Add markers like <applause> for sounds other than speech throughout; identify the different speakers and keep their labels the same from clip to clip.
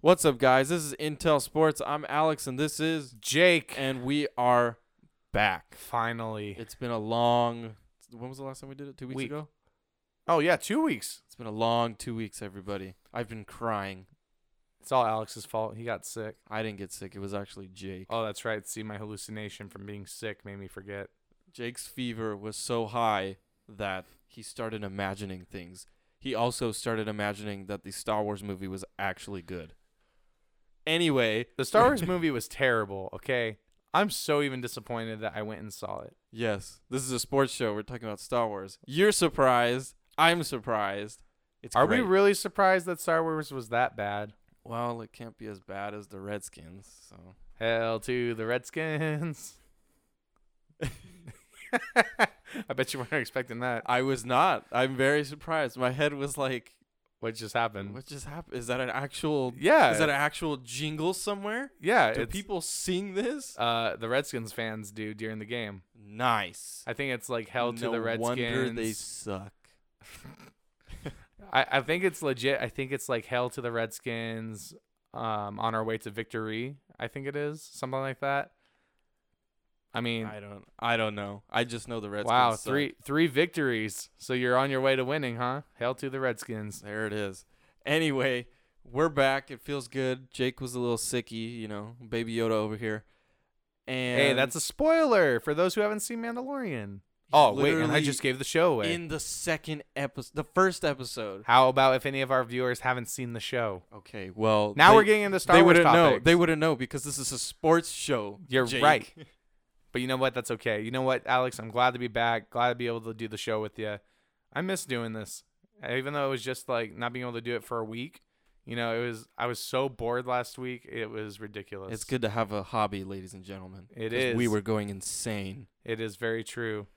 Speaker 1: What's up, guys? This is Intel Sports. I'm Alex, and this is,
Speaker 2: Jake.
Speaker 1: and we are back.
Speaker 2: Finally.
Speaker 1: It's been a long. When was the last time we did it? Two weeks
Speaker 2: Week.
Speaker 1: ago.
Speaker 2: Oh yeah, two weeks.
Speaker 1: It's been a long two weeks, everybody. I've been crying.
Speaker 2: It's all Alex's fault. He got sick.
Speaker 1: I didn't get sick. It was actually Jake. Uh,
Speaker 2: Oh, that's right. See, my hallucination from being sick made me forget.
Speaker 1: Jake's fever was so high that he started imagining things. He also started imagining that the Star Wars movie was actually good. Anyway,
Speaker 2: The Star
Speaker 1: <laughs>
Speaker 2: Wars movie was terrible. Okay, I'm so even disappointed that I went and saw it.
Speaker 1: yes, this is a sports show. We're talking about Star Wars. You're surprised. I'm surprised. It's
Speaker 2: Are
Speaker 1: great.
Speaker 2: we really surprised that Star Wars was that bad?
Speaker 1: Well, it can't be as bad as the Redskins. So
Speaker 2: Hell to the Redskins. <laughs> I bet you weren't expecting that.
Speaker 1: I was not. I'm very surprised. My head was like,
Speaker 2: What just happened?
Speaker 1: "What just happened? Is that an actual?
Speaker 2: Yeah.
Speaker 1: Is that an actual jingle somewhere?
Speaker 2: yeah.
Speaker 1: Do
Speaker 2: it's-
Speaker 1: people sing this?
Speaker 2: uh, the Redskins fans do during the game.
Speaker 1: nice.
Speaker 2: I think it's like hell to
Speaker 1: no
Speaker 2: the Redskins.
Speaker 1: wonder they
Speaker 2: <laughs>
Speaker 1: suck.
Speaker 2: I, I think it's legit. I think it's like hell to the Redskins. Um, on our way to victory, I think it is something like that. I mean,
Speaker 1: I don't. I don't know. I just know the Redskins.
Speaker 2: wow,
Speaker 1: suck.
Speaker 2: three three victories. So you're on your way to winning, huh? Hail to the Redskins.
Speaker 1: There it is. Anyway, we're back. It feels good. Jake was a little sicky, you know, Baby Yoda over here. And
Speaker 2: hey, that's a spoiler for those who haven't seen Mandalorian. Oh wait, and I
Speaker 1: literally
Speaker 2: just gave the show away.
Speaker 1: in the second episode, the first episode.
Speaker 2: How about if any of our viewers haven't seen the show?
Speaker 1: Okay, well
Speaker 2: Now
Speaker 1: they-
Speaker 2: we're getting into Star
Speaker 1: they
Speaker 2: Wars
Speaker 1: wouldn't know.
Speaker 2: topics.
Speaker 1: They wouldn't know because this is a sports show.
Speaker 2: You're
Speaker 1: Jake.
Speaker 2: right. But you know what? That's okay. You know what, Alex? I'm glad to be back. Glad to be able to do the show with you. I miss doing this, even though it was just like not being able to do it for a week. You know, it was. I was so bored last week. It was ridiculous.
Speaker 1: It's good to have a hobby, ladies and gentlemen.
Speaker 2: It
Speaker 1: 'cause We
Speaker 2: is.
Speaker 1: were going insane.
Speaker 2: It is very true.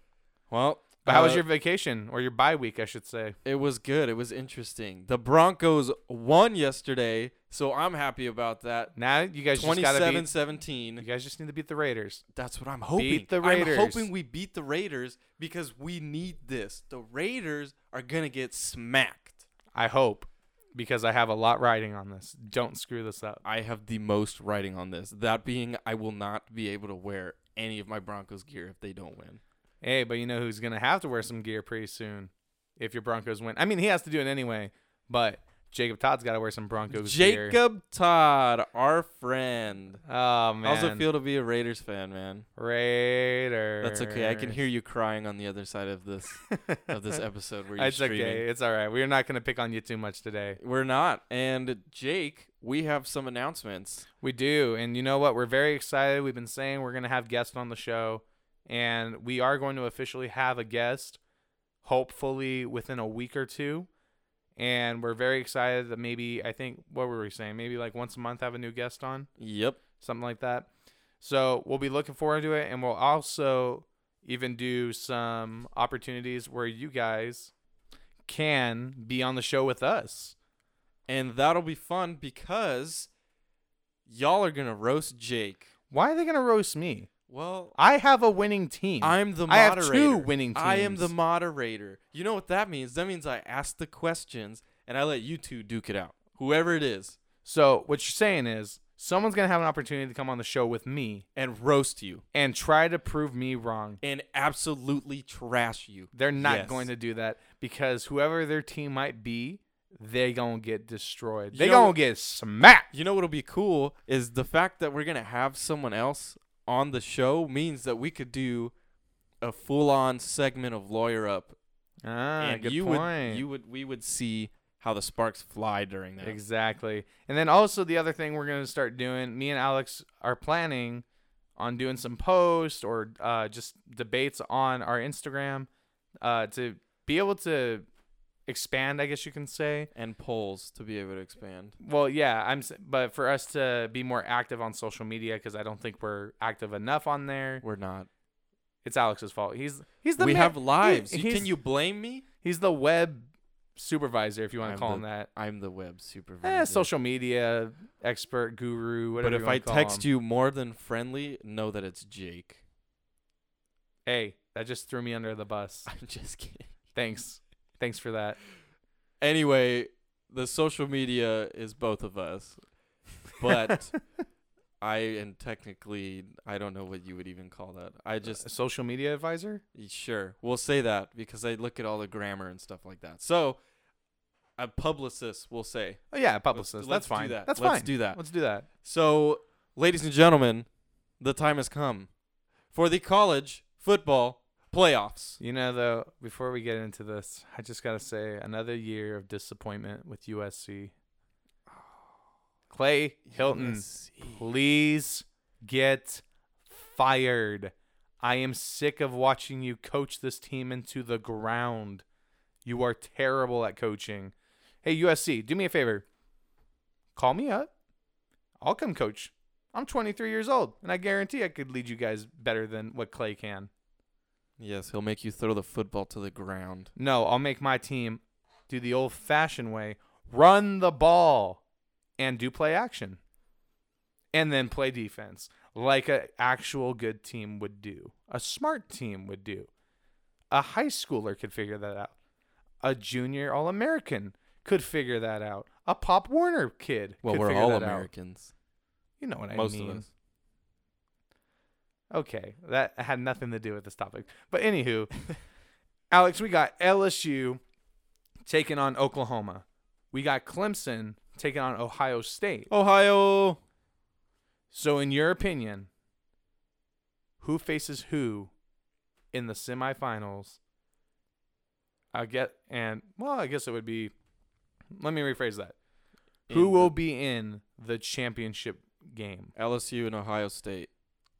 Speaker 1: Well,
Speaker 2: But how
Speaker 1: uh,
Speaker 2: was your vacation or your bye week? I should say.
Speaker 1: It was good. It was interesting. The Broncos won yesterday, so I'm happy about that.
Speaker 2: Now you guys just gotta beat. You
Speaker 1: 27-17.
Speaker 2: guys just need to beat the Raiders.
Speaker 1: That's what I'm hoping.
Speaker 2: the
Speaker 1: I'm
Speaker 2: Raiders.
Speaker 1: hoping we beat the Raiders because we need this. The Raiders are gonna get smacked.
Speaker 2: I hope, because I have a lot riding on this. Don't screw this up.
Speaker 1: I have the most writing on this. That being, I will not be able to wear any of my Broncos gear if they don't win.
Speaker 2: Hey, but you know who's gonna have to wear some gear pretty soon if your Broncos win. I mean, he has to do it anyway, but Jacob Todd's got to wear some Broncos gear.
Speaker 1: Jacob Todd, our friend.
Speaker 2: Oh man.
Speaker 1: I also feel to be a Raiders fan, man.
Speaker 2: Raiders.
Speaker 1: That's okay. I can
Speaker 2: <laughs>
Speaker 1: hear you crying on the other side of this of this episode where you're
Speaker 2: it's
Speaker 1: screaming.
Speaker 2: okay. It's all right. We're not gonna pick on you too much today.
Speaker 1: We're not. And Jake, we have some announcements.
Speaker 2: We do, and you know what? We're very excited. We've been saying we're gonna have guests on the show, and we are going to officially have a guest, hopefully within a week or two. And we're very excited that maybe I think what were we saying? Maybe like once a month have a new guest on.
Speaker 1: Yep.
Speaker 2: something like that. So we'll be looking forward to it, and we'll also even do some opportunities where you guys can be on the show with us.
Speaker 1: And that'll be fun because y'all are gonna roast Jake.
Speaker 2: Why are they gonna roast me?
Speaker 1: Well,
Speaker 2: I have a winning team.
Speaker 1: I'm the
Speaker 2: I have
Speaker 1: moderator.
Speaker 2: two winning
Speaker 1: I am the
Speaker 2: teams.
Speaker 1: moderator. You know what that means? That means I ask the questions and I let you two duke it out. Whoever it is.
Speaker 2: so what you're saying is someone's gonna have an opportunity to come on the show with me
Speaker 1: And roast you.
Speaker 2: and try to prove me wrong.
Speaker 1: And absolutely trash you.
Speaker 2: They're not
Speaker 1: Yes.
Speaker 2: going to do that because whoever their team might be, they gonna get destroyed.
Speaker 1: You
Speaker 2: They
Speaker 1: know-
Speaker 2: gonna get smacked.
Speaker 1: You know what'll be cool is the fact that we're gonna have someone else on the show means that we could do a full on segment of lawyer up.
Speaker 2: Ah,
Speaker 1: and
Speaker 2: good
Speaker 1: you
Speaker 2: point.
Speaker 1: would you would we would see how the sparks fly during that.
Speaker 2: Exactly. And then also the other thing we're going to start doing, me and Alex are planning on doing some posts or uh, just debates on our Instagram uh, to be able to expand, I guess you can say.
Speaker 1: and polls to be able to expand.
Speaker 2: Well, yeah, I'm s- but for us to be more active on social media cuz I don't think we're active enough on there.
Speaker 1: We're not.
Speaker 2: It's Alex's fault. He's he's the
Speaker 1: we
Speaker 2: ma-
Speaker 1: have lives.
Speaker 2: he-
Speaker 1: You-
Speaker 2: he's-
Speaker 1: Can you blame me?
Speaker 2: He's the web supervisor if you want
Speaker 1: I'm
Speaker 2: to call
Speaker 1: the
Speaker 2: him that.
Speaker 1: I'm the web supervisor.
Speaker 2: Eh, social media expert guru,
Speaker 1: But
Speaker 2: whatever
Speaker 1: if I text you more than friendly, know that it's Jake. <laughs>
Speaker 2: Hey, that just threw me under the <laughs> bus.
Speaker 1: I'm just kidding.
Speaker 2: Thanks. <laughs> Thanks for that.
Speaker 1: Anyway, the social media is both of us.
Speaker 2: <laughs>
Speaker 1: <laughs> but I and technically I don't know what you would even call that. I just
Speaker 2: A social media advisor?
Speaker 1: sure we'll say that because I look at all the grammar and stuff like that. So a publicist will say
Speaker 2: Oh yeah, a publicist.
Speaker 1: Let's,
Speaker 2: That's
Speaker 1: let's
Speaker 2: fine.
Speaker 1: Do that.
Speaker 2: That's
Speaker 1: let's
Speaker 2: fine.
Speaker 1: do that.
Speaker 2: Let's do that.
Speaker 1: So, ladies and gentlemen, the time has come for the college football playoffs.
Speaker 2: You know though, before we get into this, I just gotta say another year of disappointment with USC. Clay Hilton, please get fired. I am sick of watching you coach this team into the ground. You are terrible at coaching. Hey, USC, do me a favor. Call me up. I'll come coach. I'm 23 years old, and I guarantee I could lead you guys better than what Clay can.
Speaker 1: Yes, he'll make you throw the football to the ground.
Speaker 2: No, I'll make my team do the old fashioned way run the ball and do play action and then play defense like an actual good team would do, a smart team would do. A high schooler could figure that out, a junior All American could figure that out, a Pop Warner kid
Speaker 1: Well,
Speaker 2: could
Speaker 1: we're
Speaker 2: figure
Speaker 1: all
Speaker 2: that out.
Speaker 1: Americans.
Speaker 2: You know what I
Speaker 1: most
Speaker 2: mean.
Speaker 1: of us.
Speaker 2: Okay, that had nothing to do with this topic. But anywho, Alex, we got LSU taking on Oklahoma. We got Clemson taking on Ohio State.
Speaker 1: Ohio.
Speaker 2: So, in your opinion, who faces who in the semifinals? I get and well, I guess it would be. Let me rephrase that. Who
Speaker 1: In
Speaker 2: will be in the championship game?
Speaker 1: LSU and Ohio State.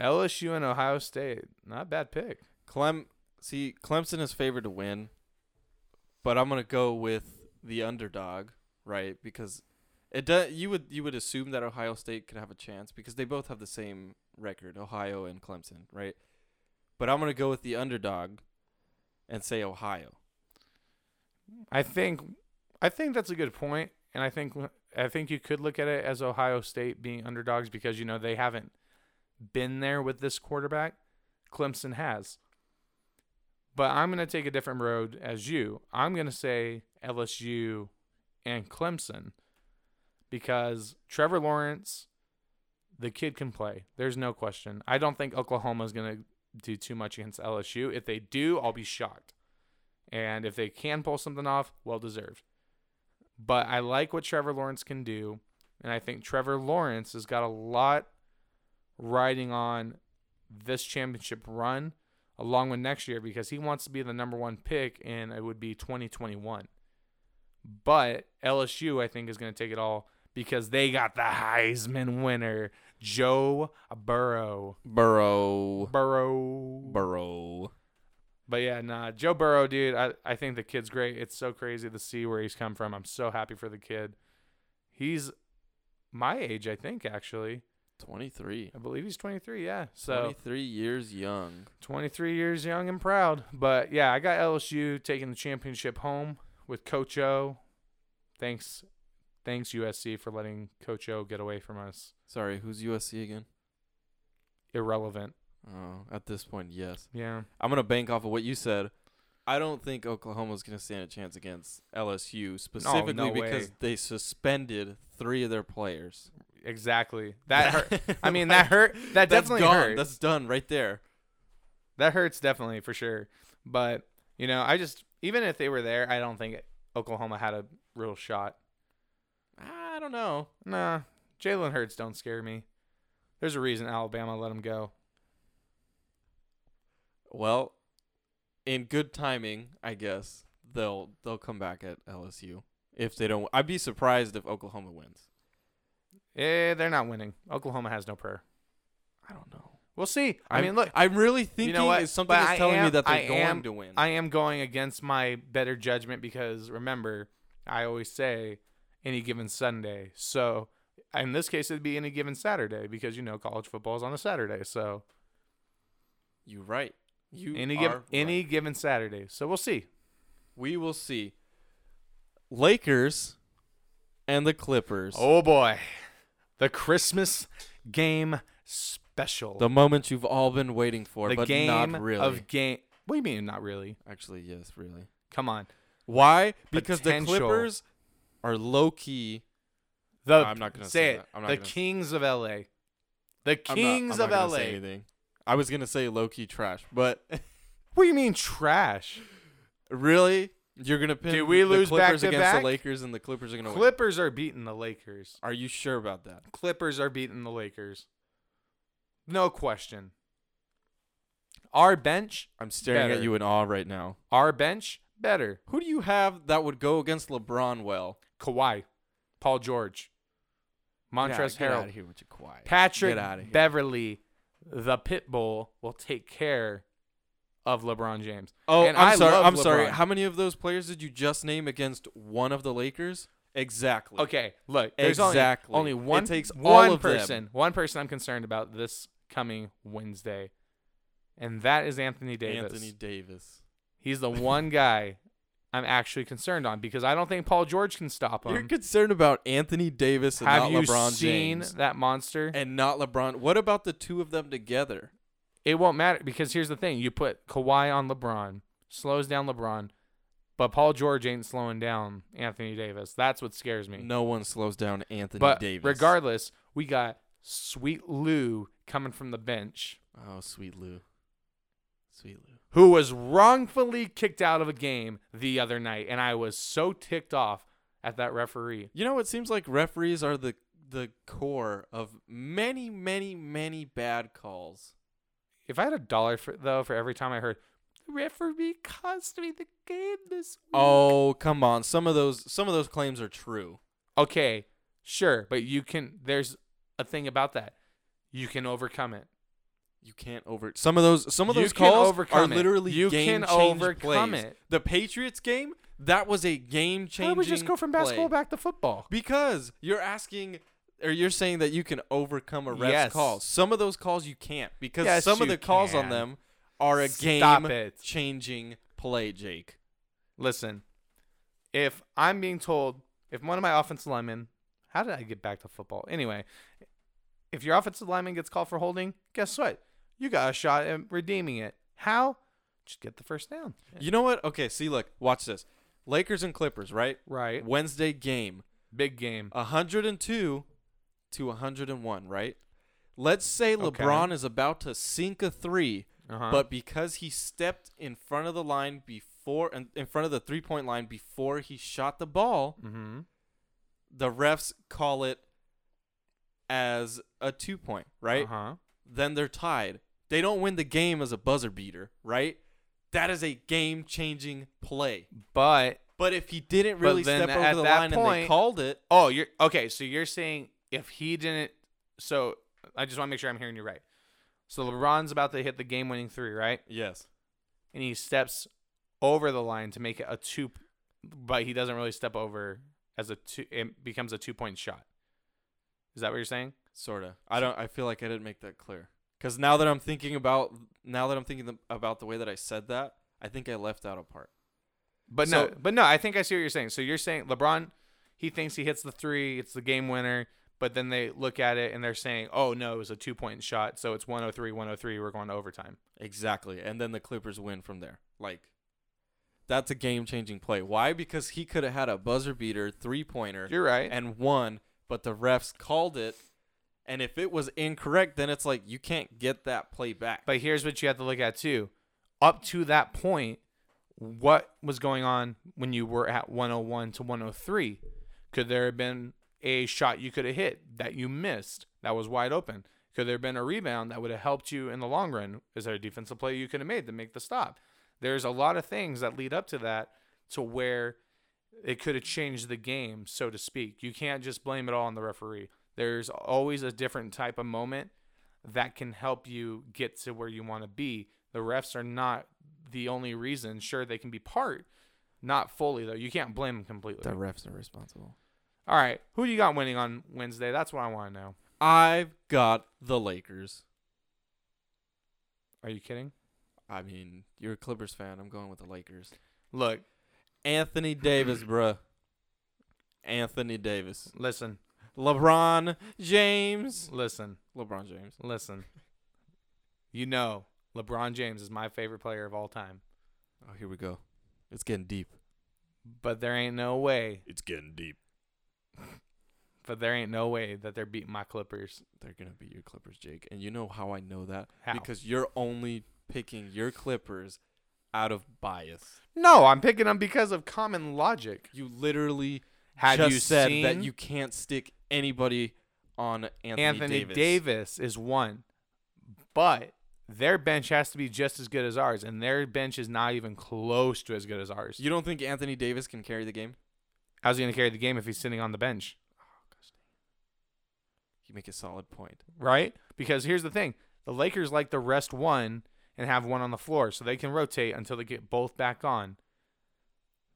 Speaker 2: LSU and Ohio State. Not a bad pick.
Speaker 1: Clem see Clemson is favored to win, but I'm gonna go with the underdog, right? Because it does. You would you would assume that Ohio State could have a chance because they both have the same record, Ohio and Clemson, right? But I'm gonna go with the underdog, and say Ohio.
Speaker 2: I think I think that's a good point, and I think I think you could look at it as Ohio State being underdogs because you know they haven't been there with this quarterback. Clemson has. But I'm going to take a different road as you. I'm going to say LSU and Clemson because Trevor Lawrence the kid can play. There's no question. I don't think Oklahoma's going to do too much against LSU. If they do, I'll be shocked. And if they can pull something off, well deserved. But I like what Trevor Lawrence can do. And I think Trevor Lawrence has got a lot riding on this championship run along with next year because he wants to be the number one pick and it would be 2021. But LSU, I think, is going to take it all because they got the Heisman winner, Joe Burrow.
Speaker 1: Burrow.
Speaker 2: Burrow.
Speaker 1: Burrow.
Speaker 2: But yeah, nah, Joe Burrow, dude. I, I think the kid's great. It's so crazy to see where he's come from. I'm so happy for the kid. He's my age, I think. Actually,
Speaker 1: 23.
Speaker 2: I believe he's 23. Yeah, so
Speaker 1: 23 years young.
Speaker 2: 23 years young and proud. But yeah, I got LSU taking the championship home with Coach O. Thanks, thanks USC for letting Coach O get away from us.
Speaker 1: Sorry, who's USC again?
Speaker 2: Irrelevant.
Speaker 1: Oh, at this point, yes.
Speaker 2: Yeah.
Speaker 1: I'm gonna bank off of what you said. I don't think Oklahoma's gonna stand a chance against LSU specifically
Speaker 2: no
Speaker 1: because
Speaker 2: way.
Speaker 1: they suspended three of their players.
Speaker 2: Exactly.
Speaker 1: <laughs>
Speaker 2: That hurt. I mean, that hurt. That
Speaker 1: That's
Speaker 2: definitely
Speaker 1: gone.
Speaker 2: hurt.
Speaker 1: That's done right there.
Speaker 2: That hurts definitely for sure. But you know, I just even if they were there, I don't think Oklahoma had a real shot.
Speaker 1: I don't know.
Speaker 2: Nah, Jalen Hurts don't scare me. There's a reason Alabama let him go.
Speaker 1: Well, in good timing, I guess they'll they'll come back at LSU if they don't. I'd be surprised if Oklahoma wins.
Speaker 2: Eh, they're not winning. Oklahoma has no prayer.
Speaker 1: I don't know.
Speaker 2: We'll see. I mean, look,
Speaker 1: I'm really thinking
Speaker 2: what?
Speaker 1: is something
Speaker 2: But
Speaker 1: is
Speaker 2: I
Speaker 1: telling me
Speaker 2: am-
Speaker 1: that they're
Speaker 2: I
Speaker 1: going
Speaker 2: am-
Speaker 1: to win.
Speaker 2: I am going against my better judgment because remember, I always say any given Sunday. So in this case, it'd be any given Saturday because you know college football is on a Saturday. So
Speaker 1: You're right. You
Speaker 2: any
Speaker 1: are
Speaker 2: given
Speaker 1: right.
Speaker 2: any given Saturday. So we'll see.
Speaker 1: We will see. Lakers and the Clippers.
Speaker 2: Oh boy. The Christmas game special.
Speaker 1: The moment you've all been waiting for,
Speaker 2: The
Speaker 1: but
Speaker 2: game
Speaker 1: not really.
Speaker 2: of game. What do you mean not really?
Speaker 1: Actually, yes, really.
Speaker 2: Come on.
Speaker 1: Why? Because
Speaker 2: Potential.
Speaker 1: the Clippers are low key
Speaker 2: The
Speaker 1: I'm not gonna
Speaker 2: say,
Speaker 1: say
Speaker 2: it.
Speaker 1: that. I'm not
Speaker 2: the
Speaker 1: gonna-
Speaker 2: Kings of LA. The
Speaker 1: I'm not-
Speaker 2: Kings
Speaker 1: I'm not
Speaker 2: of
Speaker 1: gonna
Speaker 2: LA.
Speaker 1: say anything. I was gonna say low key trash, but <laughs>
Speaker 2: What do you mean trash?
Speaker 1: really, you're gonna pin
Speaker 2: Did we
Speaker 1: the
Speaker 2: lose
Speaker 1: Clippers
Speaker 2: back to
Speaker 1: against
Speaker 2: back?
Speaker 1: the Lakers, and the Clippers are gonna win.
Speaker 2: Clippers are beating the Lakers.
Speaker 1: Are you sure about that?
Speaker 2: Clippers are beating the Lakers. No question. Our bench,
Speaker 1: I'm staring
Speaker 2: Better.
Speaker 1: at you in awe right now.
Speaker 2: our bench better.
Speaker 1: Who do you have that would go against LeBron well?
Speaker 2: Kawhi, Paul George, Montrezl
Speaker 1: yeah,
Speaker 2: Harrell,
Speaker 1: out here with your quiet.
Speaker 2: Patrick
Speaker 1: Get outta here.
Speaker 2: Beverly, the Pitbull will take care of LeBron James.
Speaker 1: Oh,
Speaker 2: And
Speaker 1: I'm
Speaker 2: I
Speaker 1: sorry.
Speaker 2: love
Speaker 1: I'm sorry.
Speaker 2: LeBron.
Speaker 1: How many of those players did you just name against one of the Lakers? Exactly.
Speaker 2: Okay, look, there's
Speaker 1: Exactly.
Speaker 2: only,
Speaker 1: It
Speaker 2: only one
Speaker 1: takes all
Speaker 2: one
Speaker 1: of them.
Speaker 2: person, one person I'm concerned about this coming Wednesday, and that is Anthony Davis.
Speaker 1: Anthony Davis.
Speaker 2: He's
Speaker 1: <laughs>
Speaker 2: the one guy I'm actually concerned on because I don't think Paul George can stop
Speaker 1: You're
Speaker 2: him.
Speaker 1: concerned about Anthony Davis and
Speaker 2: Have
Speaker 1: not
Speaker 2: you
Speaker 1: LeBron
Speaker 2: seen
Speaker 1: James
Speaker 2: that monster?
Speaker 1: and not LeBron. What about the two of them together?
Speaker 2: It won't matter because here's the thing: you put Kawhi on LeBron, slows down LeBron, but Paul George ain't slowing down Anthony Davis. That's what scares me.
Speaker 1: No one slows down Anthony
Speaker 2: but
Speaker 1: Davis.
Speaker 2: regardless, we got Sweet Lou coming from the bench,
Speaker 1: oh, sweet Lou, sweet Lou.
Speaker 2: who was wrongfully kicked out of a game the other night, and I was so ticked off at that referee.
Speaker 1: You know, it seems like referees are the the core of many, many, many bad calls.
Speaker 2: If I had a dollar for though for every time I heard the referee cost me the game this week.
Speaker 1: Oh, come on. Some of those some of those claims are true.
Speaker 2: okay, sure, but you can. There's a thing about that. You can overcome it.
Speaker 1: You can't over some of those some of
Speaker 2: You
Speaker 1: those
Speaker 2: can
Speaker 1: calls
Speaker 2: overcome
Speaker 1: are
Speaker 2: it.
Speaker 1: literally
Speaker 2: You
Speaker 1: game
Speaker 2: can
Speaker 1: change
Speaker 2: overcome
Speaker 1: plays.
Speaker 2: it.
Speaker 1: The Patriots game that was a game
Speaker 2: Why
Speaker 1: changing.
Speaker 2: don't we just go from basketball
Speaker 1: play.
Speaker 2: back to football?
Speaker 1: Because you're asking or you're saying that you can overcome a ref's
Speaker 2: Yes.
Speaker 1: call. Some of those calls you can't because
Speaker 2: Yes,
Speaker 1: some of
Speaker 2: you
Speaker 1: the calls
Speaker 2: can.
Speaker 1: on them are a
Speaker 2: Stop
Speaker 1: game
Speaker 2: it.
Speaker 1: changing play, Jake.
Speaker 2: Listen, if I'm being told, if one of my offensive linemen, how did I get back to football? Anyway, if your offensive lineman gets called for holding, guess what? You got a shot at redeeming it. How? Just get the first down.
Speaker 1: You know what? Okay, see look, watch this. Lakers and Clippers, right?
Speaker 2: Right.
Speaker 1: Wednesday game.
Speaker 2: Big game.
Speaker 1: 102 to 101, right? Let's say
Speaker 2: Okay.
Speaker 1: LeBron is about to sink a 3
Speaker 2: Uh-huh.
Speaker 1: but because he stepped in front of the line before, in, in front of the three point line before he shot the ball,
Speaker 2: mm-hmm.
Speaker 1: the refs call it as a two point, right?
Speaker 2: Uh-huh.
Speaker 1: Then they're tied. They don't win the game as a buzzer beater, right? That is a game changing play.
Speaker 2: But
Speaker 1: But if he didn't
Speaker 2: But
Speaker 1: really
Speaker 2: then
Speaker 1: step
Speaker 2: at
Speaker 1: over the
Speaker 2: that
Speaker 1: line and
Speaker 2: point-
Speaker 1: they called it,
Speaker 2: Oh, you're okay. So you're saying if he didn't, so I just want to make sure I'm hearing you right. So LeBron's about to hit the game-winning three, right?
Speaker 1: yes.
Speaker 2: And he steps over the line to make it a two, but he doesn't really step over as a two. It becomes a two-point shot. Is that what you're saying?
Speaker 1: sort of i don't i feel like i didn't make that clear because now that i'm thinking about now that i'm thinking th- about the way that i said that i think i left out a part
Speaker 2: But no,
Speaker 1: So-
Speaker 2: but no, I think I see what you're saying. So you're saying LeBron, he thinks he hits the three, it's the game winner. But then they look at it and they're saying, "Oh no, it was a two-point shot, so it's 103, 103. We're going to overtime."
Speaker 1: exactly and then the clippers win from there like that's a game-changing play why because he could have had a buzzer beater three-pointer
Speaker 2: You're right.
Speaker 1: and won but the refs called it and if it was incorrect then it's like you can't get that play back
Speaker 2: But here's what you have to look at too. Up to that point, what was going on when you were at 101 to 103? Could there have been a shot you could have hit that you missed that was wide open? Could there have been a rebound that would have helped you in the long run? Is there a defensive play you could have made to make the stop? There's a lot of things that lead up to that to where it could have changed the game, so to speak. You can't just blame it all on the referee. There's always a different type of moment that can help you get to where you want to be. The refs are not the only reason. Sure, they can be part, not fully though. You can't blame them completely.
Speaker 1: the refs are responsible
Speaker 2: All right, who do you got winning on Wednesday? That's what I want to know.
Speaker 1: i've got the lakers
Speaker 2: Are you kidding?
Speaker 1: i mean you're a clippers fan i'm going with the lakers
Speaker 2: Look,
Speaker 1: Anthony Davis, bruh. Anthony Davis.
Speaker 2: listen,
Speaker 1: LeBron James.
Speaker 2: listen,
Speaker 1: LeBron James.
Speaker 2: listen. You know, LeBron James is my favorite player of all time,
Speaker 1: Oh, here we go. It's getting deep.
Speaker 2: but there ain't no way
Speaker 1: It's getting deep.
Speaker 2: but there ain't no way that they're beating my Clippers.
Speaker 1: They're gonna beat your Clippers, Jake. And you know how I know that
Speaker 2: How?
Speaker 1: because you're only picking your Clippers out of bias.
Speaker 2: No, I'm picking them because of common logic.
Speaker 1: You literally
Speaker 2: Have
Speaker 1: just
Speaker 2: you
Speaker 1: said
Speaker 2: seen
Speaker 1: that you can't stick anybody on Anthony,
Speaker 2: Anthony
Speaker 1: Davis.
Speaker 2: Davis. is one, but their bench has to be just as good as ours, and their bench is not even close to as good as ours.
Speaker 1: You don't think Anthony Davis can carry the game?
Speaker 2: How's he going to carry the game if he's sitting on the bench,
Speaker 1: You make a solid point.
Speaker 2: right? Because here's the thing: the Lakers like to rest one and have one on the floor, so they can rotate until they get both back on.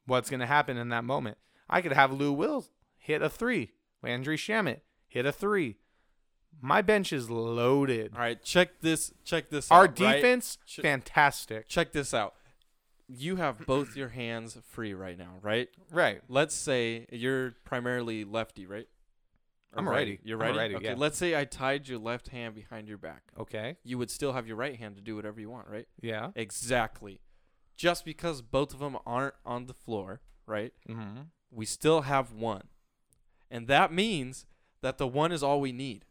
Speaker 2: What's going to happen in that moment? I could have Lou Wills hit a three, Landry Shamit hit a three. My bench is loaded.
Speaker 1: All right, check this. Check this.
Speaker 2: Our
Speaker 1: out, right?
Speaker 2: defense,
Speaker 1: Ch-
Speaker 2: fantastic.
Speaker 1: Check this out. You have both your hands free right now, right?
Speaker 2: Right.
Speaker 1: Let's say you're primarily lefty, right?
Speaker 2: I'm a righty.
Speaker 1: You're
Speaker 2: I'm a
Speaker 1: righty.
Speaker 2: righty,
Speaker 1: okay.
Speaker 2: yeah.
Speaker 1: Let's say I tied your left hand behind your back.
Speaker 2: Okay.
Speaker 1: You would still have your right hand to do whatever you want, right?
Speaker 2: Yeah.
Speaker 1: Exactly. Just because both of them aren't on the floor, right?
Speaker 2: Mm-hmm.
Speaker 1: We still have one, and that means that the one is all we need.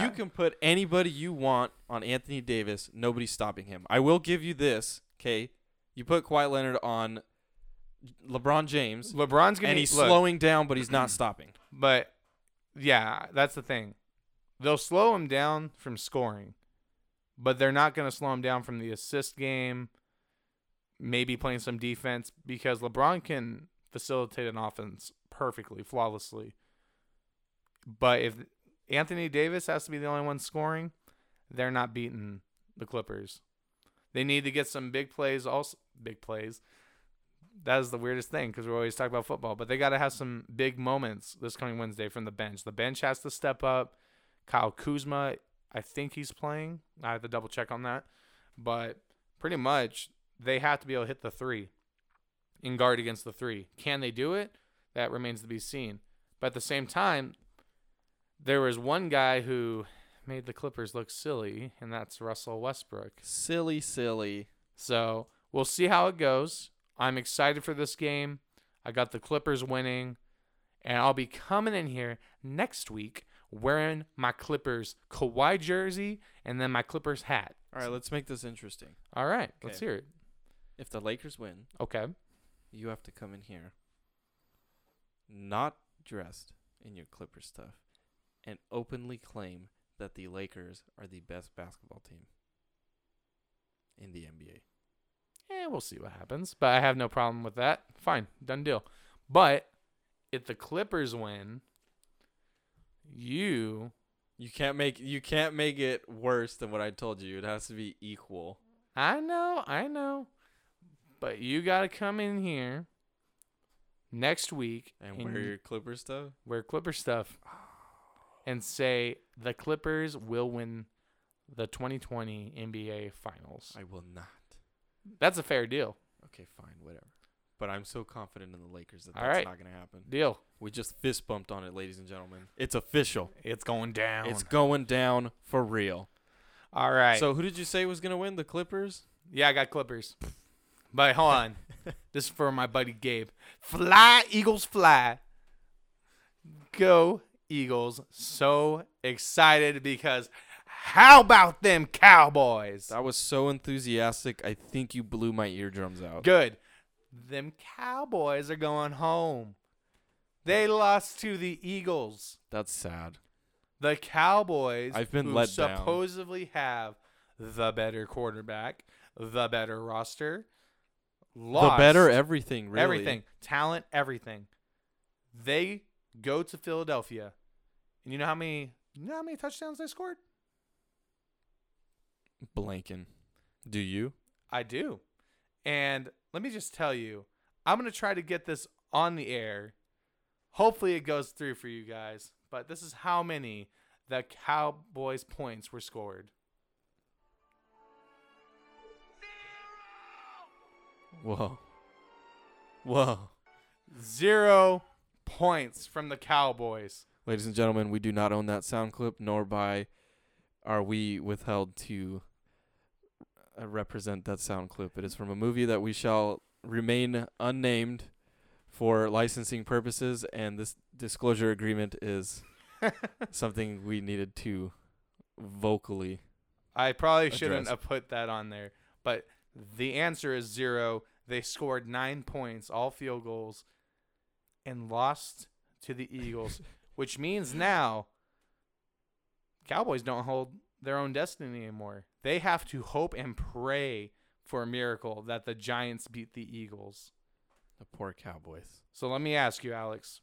Speaker 1: You can put anybody you want on Anthony Davis. Nobody's stopping him. I will give you this, okay? You put Kawhi Leonard on LeBron James,
Speaker 2: Eh. LeBron's gonna
Speaker 1: and
Speaker 2: be-
Speaker 1: he's
Speaker 2: look,
Speaker 1: slowing down, but he's <clears throat> not stopping.
Speaker 2: but yeah, that's the thing. They'll slow him down from scoring, but they're not gonna slow him down from the assist game. Maybe playing some defense because LeBron can facilitate an offense perfectly, flawlessly. But if Anthony Davis has to be the only one scoring, they're not beating the Clippers. They need to get some big plays, also big plays. That is the weirdest thing because we're always talking about football, but they got to have some big moments this coming Wednesday from the bench. The bench has to step up. Kyle Kuzma, I think he's playing. I have to double check on that, but pretty much they have to be able to hit the three and guard against the three. Can they do it? That remains to be seen. But at the same time, there was one guy who made the Clippers look silly, and that's Russell Westbrook.
Speaker 1: Silly, silly.
Speaker 2: So we'll see how it goes. I'm excited for this game. I got the Clippers winning, and I'll be coming in here next week wearing my Clippers Kawhi jersey and then my Clippers hat.
Speaker 1: All right, let's make this interesting.
Speaker 2: All right, let's
Speaker 1: Okay.
Speaker 2: hear it.
Speaker 1: If the Lakers win,
Speaker 2: Okay.
Speaker 1: you have to come in here not dressed in your Clipper stuff and openly claim that the Lakers are the best basketball team in the NBA.
Speaker 2: Eh, we'll see what happens, but I have no problem with that. Fine, done deal. But if the Clippers win, you
Speaker 1: You can't make you can't make it worse than what I told you. It has to be equal.
Speaker 2: I know, I know. But you got to come in here next week
Speaker 1: And wear your Clipper stuff.
Speaker 2: wear Clipper stuff and say the Clippers will win the 2020 NBA Finals.
Speaker 1: I will not.
Speaker 2: That's a fair deal.
Speaker 1: Okay, fine, whatever. But I'm so confident in the Lakers that
Speaker 2: All
Speaker 1: that's
Speaker 2: right.
Speaker 1: not gonna happen.
Speaker 2: Deal.
Speaker 1: We just fist bumped on it, ladies and gentlemen. It's official.
Speaker 2: It's going down.
Speaker 1: It's going down for real.
Speaker 2: All right. So
Speaker 1: So who did you say was gonna win? The Clippers?
Speaker 2: yeah, I got Clippers. But hold on. this is for my buddy Gabe. Fly Eagles fly. Go Eagles. So excited because how about them Cowboys?
Speaker 1: I was so enthusiastic. I think you blew my eardrums out.
Speaker 2: Good. Them Cowboys are going home. They lost to the Eagles.
Speaker 1: That's sad.
Speaker 2: The Cowboys,
Speaker 1: I've been
Speaker 2: who
Speaker 1: let down.
Speaker 2: supposedly have the better quarterback, the better roster,
Speaker 1: The
Speaker 2: lost
Speaker 1: better everything, really.
Speaker 2: everything, talent, everything. They go to Philadelphia, and you know how many, you know how many touchdowns they scored?
Speaker 1: Blanking. Do you?
Speaker 2: I do. And let me just tell you, I'm going to try to get this on the air. Hopefully it goes through for you guys, but this is how many the Cowboys points were scored.
Speaker 1: Whoa. Whoa.
Speaker 2: 0 points from the Cowboys.
Speaker 1: Ladies and gentlemen, we do not own that sound clip, nor by are we withheld to uh, represent that sound clip. It is from a movie that we shall remain unnamed for licensing purposes, and this disclosure agreement
Speaker 2: <laughs>
Speaker 1: is something we needed to vocally.
Speaker 2: I probably shouldn't
Speaker 1: Address.
Speaker 2: have put that on there, but the answer is zero. They scored nine points, all field goals, and lost to the
Speaker 1: <laughs>
Speaker 2: Eagles, which means now Cowboys don't hold their own destiny anymore. They have to hope and pray for a miracle that the Giants beat the Eagles.
Speaker 1: The poor Cowboys.
Speaker 2: So let me ask you, Alex.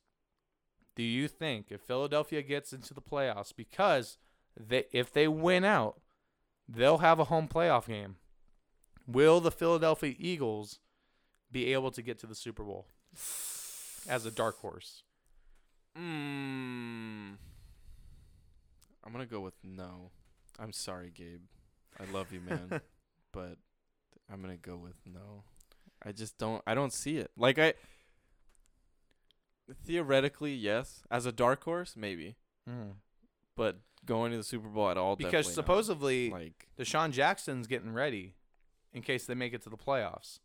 Speaker 2: Do you think if Philadelphia gets into the playoffs, because they, if they win out, they'll have a home playoff game? Will the Philadelphia Eagles be able to get to the Super Bowl as a dark horse?
Speaker 1: Mm, I'm gonna go with no. I'm sorry, Gabe. I love you, <laughs> man, but I'm gonna go with no. I just don't. I don't see it. Like I. Theoretically, yes. As a dark horse, maybe. But going to the Super Bowl at all,
Speaker 2: Because
Speaker 1: definitely not.
Speaker 2: supposedly
Speaker 1: like,
Speaker 2: Deshaun Jackson's getting ready in case they make it to the playoffs.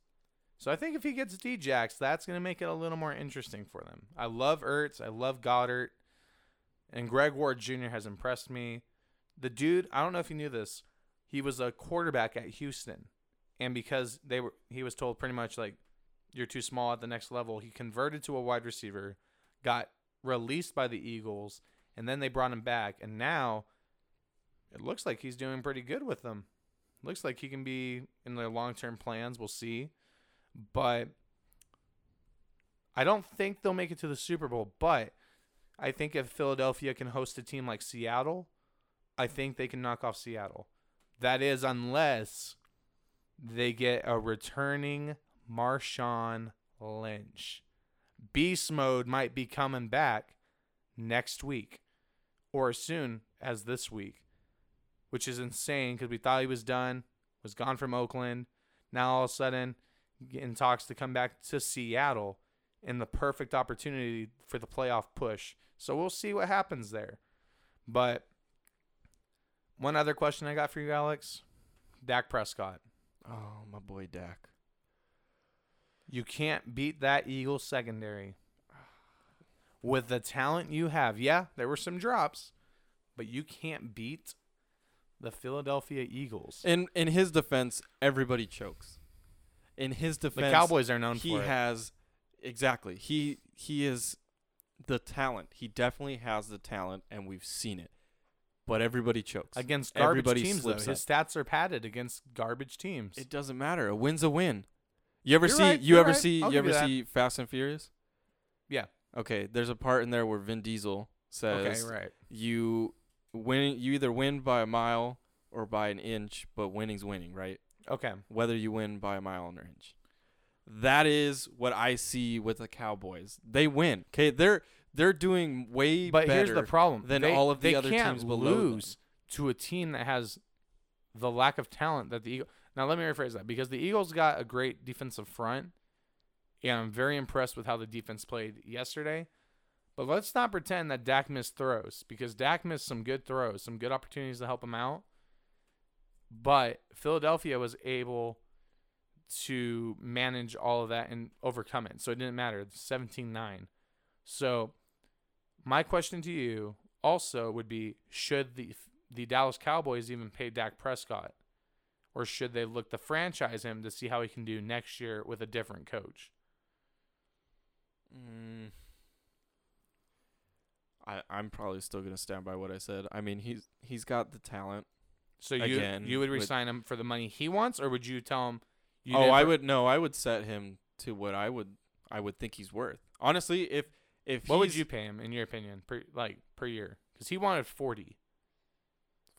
Speaker 2: So I think if he gets D-Jax, that's going to make it a little more interesting for them. I love Ertz. I love Goddard. And Greg Ward Jr. has impressed me. The dude, I don't know if you knew this, he was a quarterback at Houston. And because they were he was told pretty much like you're too small at the next level, he converted to a wide receiver, got released by the Eagles, and then they brought him back. And now it looks like he's doing pretty good with them. Looks like he can be in their long term plans. We'll see. But I don't think they'll make it to the Super Bowl. But I think if Philadelphia can host a team like Seattle, I think they can knock off Seattle. That is, unless they get a returning Marshawn Lynch. Beast mode might be coming back next week or as soon as this week which is insane because we thought he was done, was gone from Oakland. Now all of a sudden, in talks to come back to Seattle, and the perfect opportunity for the playoff push. So we'll see what happens there. But one other question I got for you, Alex: Dak Prescott,
Speaker 1: oh my boy Dak.
Speaker 2: you can't beat that Eagles secondary with the talent you have. Yeah, there were some drops, but you can't beat the Philadelphia Eagles.
Speaker 1: In in his defense, everybody chokes. In his
Speaker 2: the
Speaker 1: defense,
Speaker 2: Cowboys are known
Speaker 1: he
Speaker 2: for it.
Speaker 1: has exactly. He he is the talent. He definitely has the talent, and we've seen it. But everybody chokes.
Speaker 2: against garbage
Speaker 1: Everybody
Speaker 2: teams though.
Speaker 1: slips
Speaker 2: His stats are padded against garbage teams.
Speaker 1: It doesn't matter. A win's a win. You ever
Speaker 2: You're
Speaker 1: see
Speaker 2: right,
Speaker 1: you
Speaker 2: you're
Speaker 1: ever
Speaker 2: right.
Speaker 1: see
Speaker 2: I'll
Speaker 1: you
Speaker 2: give you
Speaker 1: ever
Speaker 2: that.
Speaker 1: see Fast and Furious?
Speaker 2: Yeah.
Speaker 1: Okay, there's a part in there where Vin Diesel
Speaker 2: okay,
Speaker 1: says
Speaker 2: right.
Speaker 1: you win you either win by a mile or by an inch, but winning's winning, right?
Speaker 2: Okay.
Speaker 1: whether you win by a mile or an inch. That is what I see with the Cowboys. They win. Okay, they're they're doing way
Speaker 2: But
Speaker 1: better.
Speaker 2: here's the problem.
Speaker 1: than
Speaker 2: they,
Speaker 1: all of the
Speaker 2: they
Speaker 1: other
Speaker 2: can't
Speaker 1: teams below them.
Speaker 2: lose to a team that has the lack of talent that the Eagles. Now let me rephrase that because the Eagles got a great defensive front, and I'm very impressed with how the defense played yesterday. But let's not pretend that Dak missed throws because Dak missed some good throws, some good opportunities to help him out. But Philadelphia was able to manage all of that and overcome it. So it didn't matter. 17 9. So my question to you also would be should the the Dallas Cowboys even pay Dak Prescott or should they look to franchise him to see how he can do next year with a different coach?
Speaker 1: Mm. I I'm probably still gonna stand by what I said. I mean, he's he's got the talent.
Speaker 2: So you
Speaker 1: Again,
Speaker 2: you would
Speaker 1: with-
Speaker 2: resign him for the money he wants or would you tell him you
Speaker 1: oh,
Speaker 2: did
Speaker 1: I
Speaker 2: for-
Speaker 1: would no, I would set him to what I would I would think he's worth. Honestly, if if
Speaker 2: what would
Speaker 1: he's
Speaker 2: you pay him in your opinion per like per year cuz he wanted 40.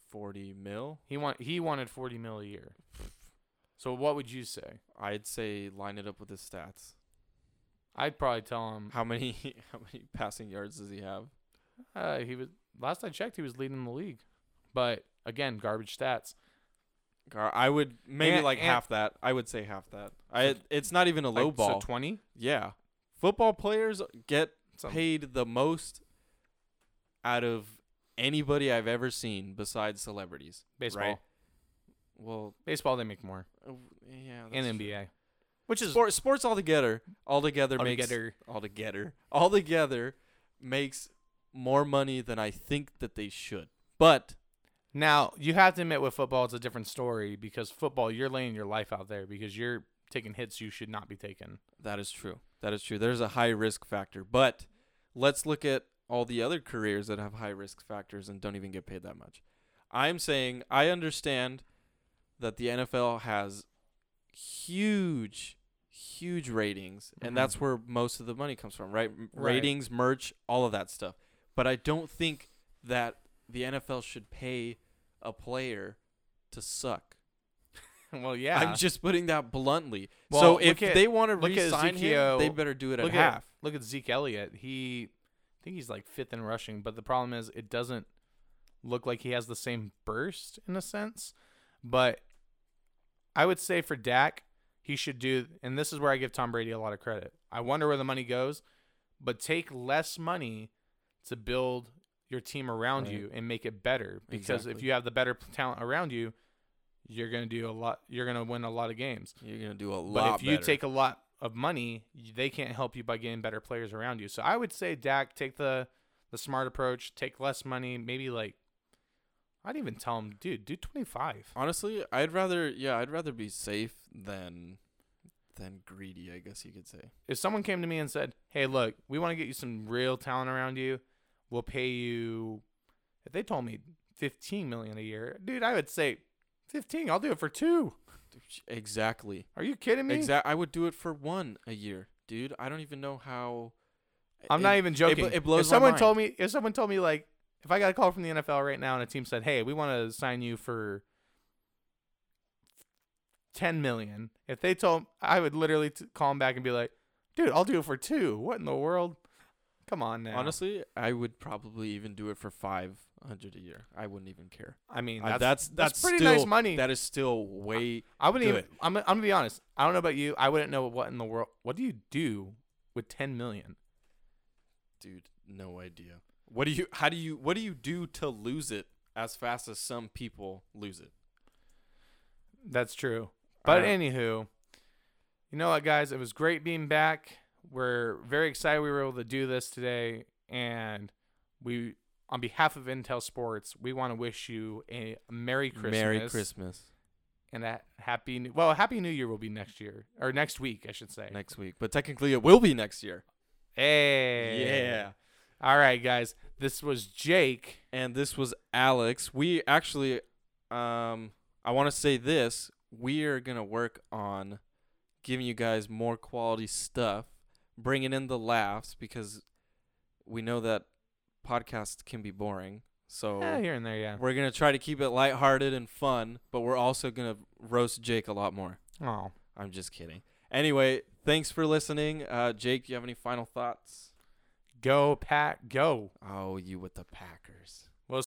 Speaker 1: forty mil,
Speaker 2: He want he wanted 40 mil a year. So what would you say?
Speaker 1: I'd say line it up with his stats.
Speaker 2: I'd probably tell him
Speaker 1: How many <laughs> how many passing yards does he have?
Speaker 2: Uh, he was last I checked, he was leading the league, but again, garbage stats.
Speaker 1: Gar- I would maybe
Speaker 2: And-
Speaker 1: like
Speaker 2: and-
Speaker 1: half that. I would say half that. I it's not even a low
Speaker 2: Like,
Speaker 1: ball.
Speaker 2: so twenty.
Speaker 1: yeah, football players get
Speaker 2: Something.
Speaker 1: paid the most out of anybody I've ever seen besides celebrities.
Speaker 2: Baseball,
Speaker 1: Right. Well,
Speaker 2: baseball they make more,
Speaker 1: uh, yeah,
Speaker 2: and
Speaker 1: that's true.
Speaker 2: NBA. which is
Speaker 1: Sport, sports altogether, altogether makes
Speaker 2: altogether-
Speaker 1: altogether altogether makes more money than I think that they should. But
Speaker 2: Now you have to admit with football, it's a different story because football, you're laying your life out there because you're taking hits you should not be taking. <laughs>
Speaker 1: that is true. That is true. There's a high risk factor. But let's look at all the other careers that have high risk factors and don't even get paid that much. I'm saying I understand that the NFL has huge huge ratings
Speaker 2: Mhm.
Speaker 1: and that's where most of the money comes from, right? M-
Speaker 2: Right.
Speaker 1: Ratings, merch, all of that stuff. But I don't think that the NFL should pay a player to suck.
Speaker 2: well, yeah.
Speaker 1: I'm just putting that bluntly.
Speaker 2: Well,
Speaker 1: so
Speaker 2: look
Speaker 1: if
Speaker 2: at-
Speaker 1: they want to
Speaker 2: look at
Speaker 1: re-sign him,
Speaker 2: Ezekiel-
Speaker 1: they better do it at
Speaker 2: look
Speaker 1: half.
Speaker 2: at look at Zeke Elliott. He, I think he's like fifth in rushing, but the problem is it doesn't look like he has the same burst in a sense. But I would say for Dak, he should do, and this is where I give Tom Brady a lot of credit. I wonder where the money goes, but take less money to build your team around
Speaker 1: Right.
Speaker 2: you and make it better. Because if
Speaker 1: Exactly.
Speaker 2: you have the better p- talent around you, you're gonna do a lot. You're gonna win a lot of games.
Speaker 1: You're gonna do a lot.
Speaker 2: But if you
Speaker 1: better.
Speaker 2: take a lot of money, y- they can't help you by getting better players around you. So I would say Dak take the the smart approach, take less money, maybe like I'd even tell him, dude, do 25.
Speaker 1: honestly, I'd rather yeah, I'd rather be safe than than greedy. I guess you could say.
Speaker 2: If someone came to me and said, "Hey, look, we want to get you some real talent around you. We'll pay you if they told me 15 million a year, dude, I would say 15. I'll do it for 2.
Speaker 1: Exactly.
Speaker 2: Are you kidding me?
Speaker 1: Exact. I would do it for one a year, dude. I don't even know how.
Speaker 2: I'm
Speaker 1: it-
Speaker 2: not even
Speaker 1: bl-
Speaker 2: joking.
Speaker 1: it blows
Speaker 2: if
Speaker 1: my
Speaker 2: someone
Speaker 1: mind.
Speaker 2: told me, if someone told me, like, if I got a call from the NFL right now and a team said, "Hey, we want to sign you for ten million, if they told, I would literally t- call them back and be like, "Dude, I'll do it for two. What in the world? Come on now."
Speaker 1: Honestly, I would probably even do it for five hundred a year. I wouldn't even care.
Speaker 2: I mean,
Speaker 1: I- that's,
Speaker 2: that's, that's pretty
Speaker 1: still,
Speaker 2: nice money.
Speaker 1: That is still way.
Speaker 2: I wouldn't
Speaker 1: do
Speaker 2: even. I'm, I'm gonna be honest. I don't know about you. I wouldn't know what in the world. What do you do with ten million?
Speaker 1: dude no idea what do you how do you what do you do to lose it as fast as some people lose it
Speaker 2: That's true. But
Speaker 1: Uh,
Speaker 2: anywho, you know what, guys? It was great being back. We're very excited we were able to do this today, and we, on behalf of Intel Sports, we want to wish you a merry Christmas,
Speaker 1: merry christmas
Speaker 2: and a happy. New- well, happy New Year will be next year or next week, I should say.
Speaker 1: next week but technically it will be next year
Speaker 2: hey,
Speaker 1: yeah
Speaker 2: All right, guys. This was Jake.
Speaker 1: and this was alex we actually um i want to say this we are gonna work on giving you guys more quality stuff bringing in the laughs because we know that podcasts can be boring so
Speaker 2: Eh, here and there, yeah.
Speaker 1: We're gonna try to keep it lighthearted and fun, but we're also gonna roast Jake a lot more.
Speaker 2: Oh.
Speaker 1: I'm just kidding. Anyway, thanks for listening. Uh, Jake, you have any final thoughts?
Speaker 2: Go, Pat. Go.
Speaker 1: Oh, you with the pack.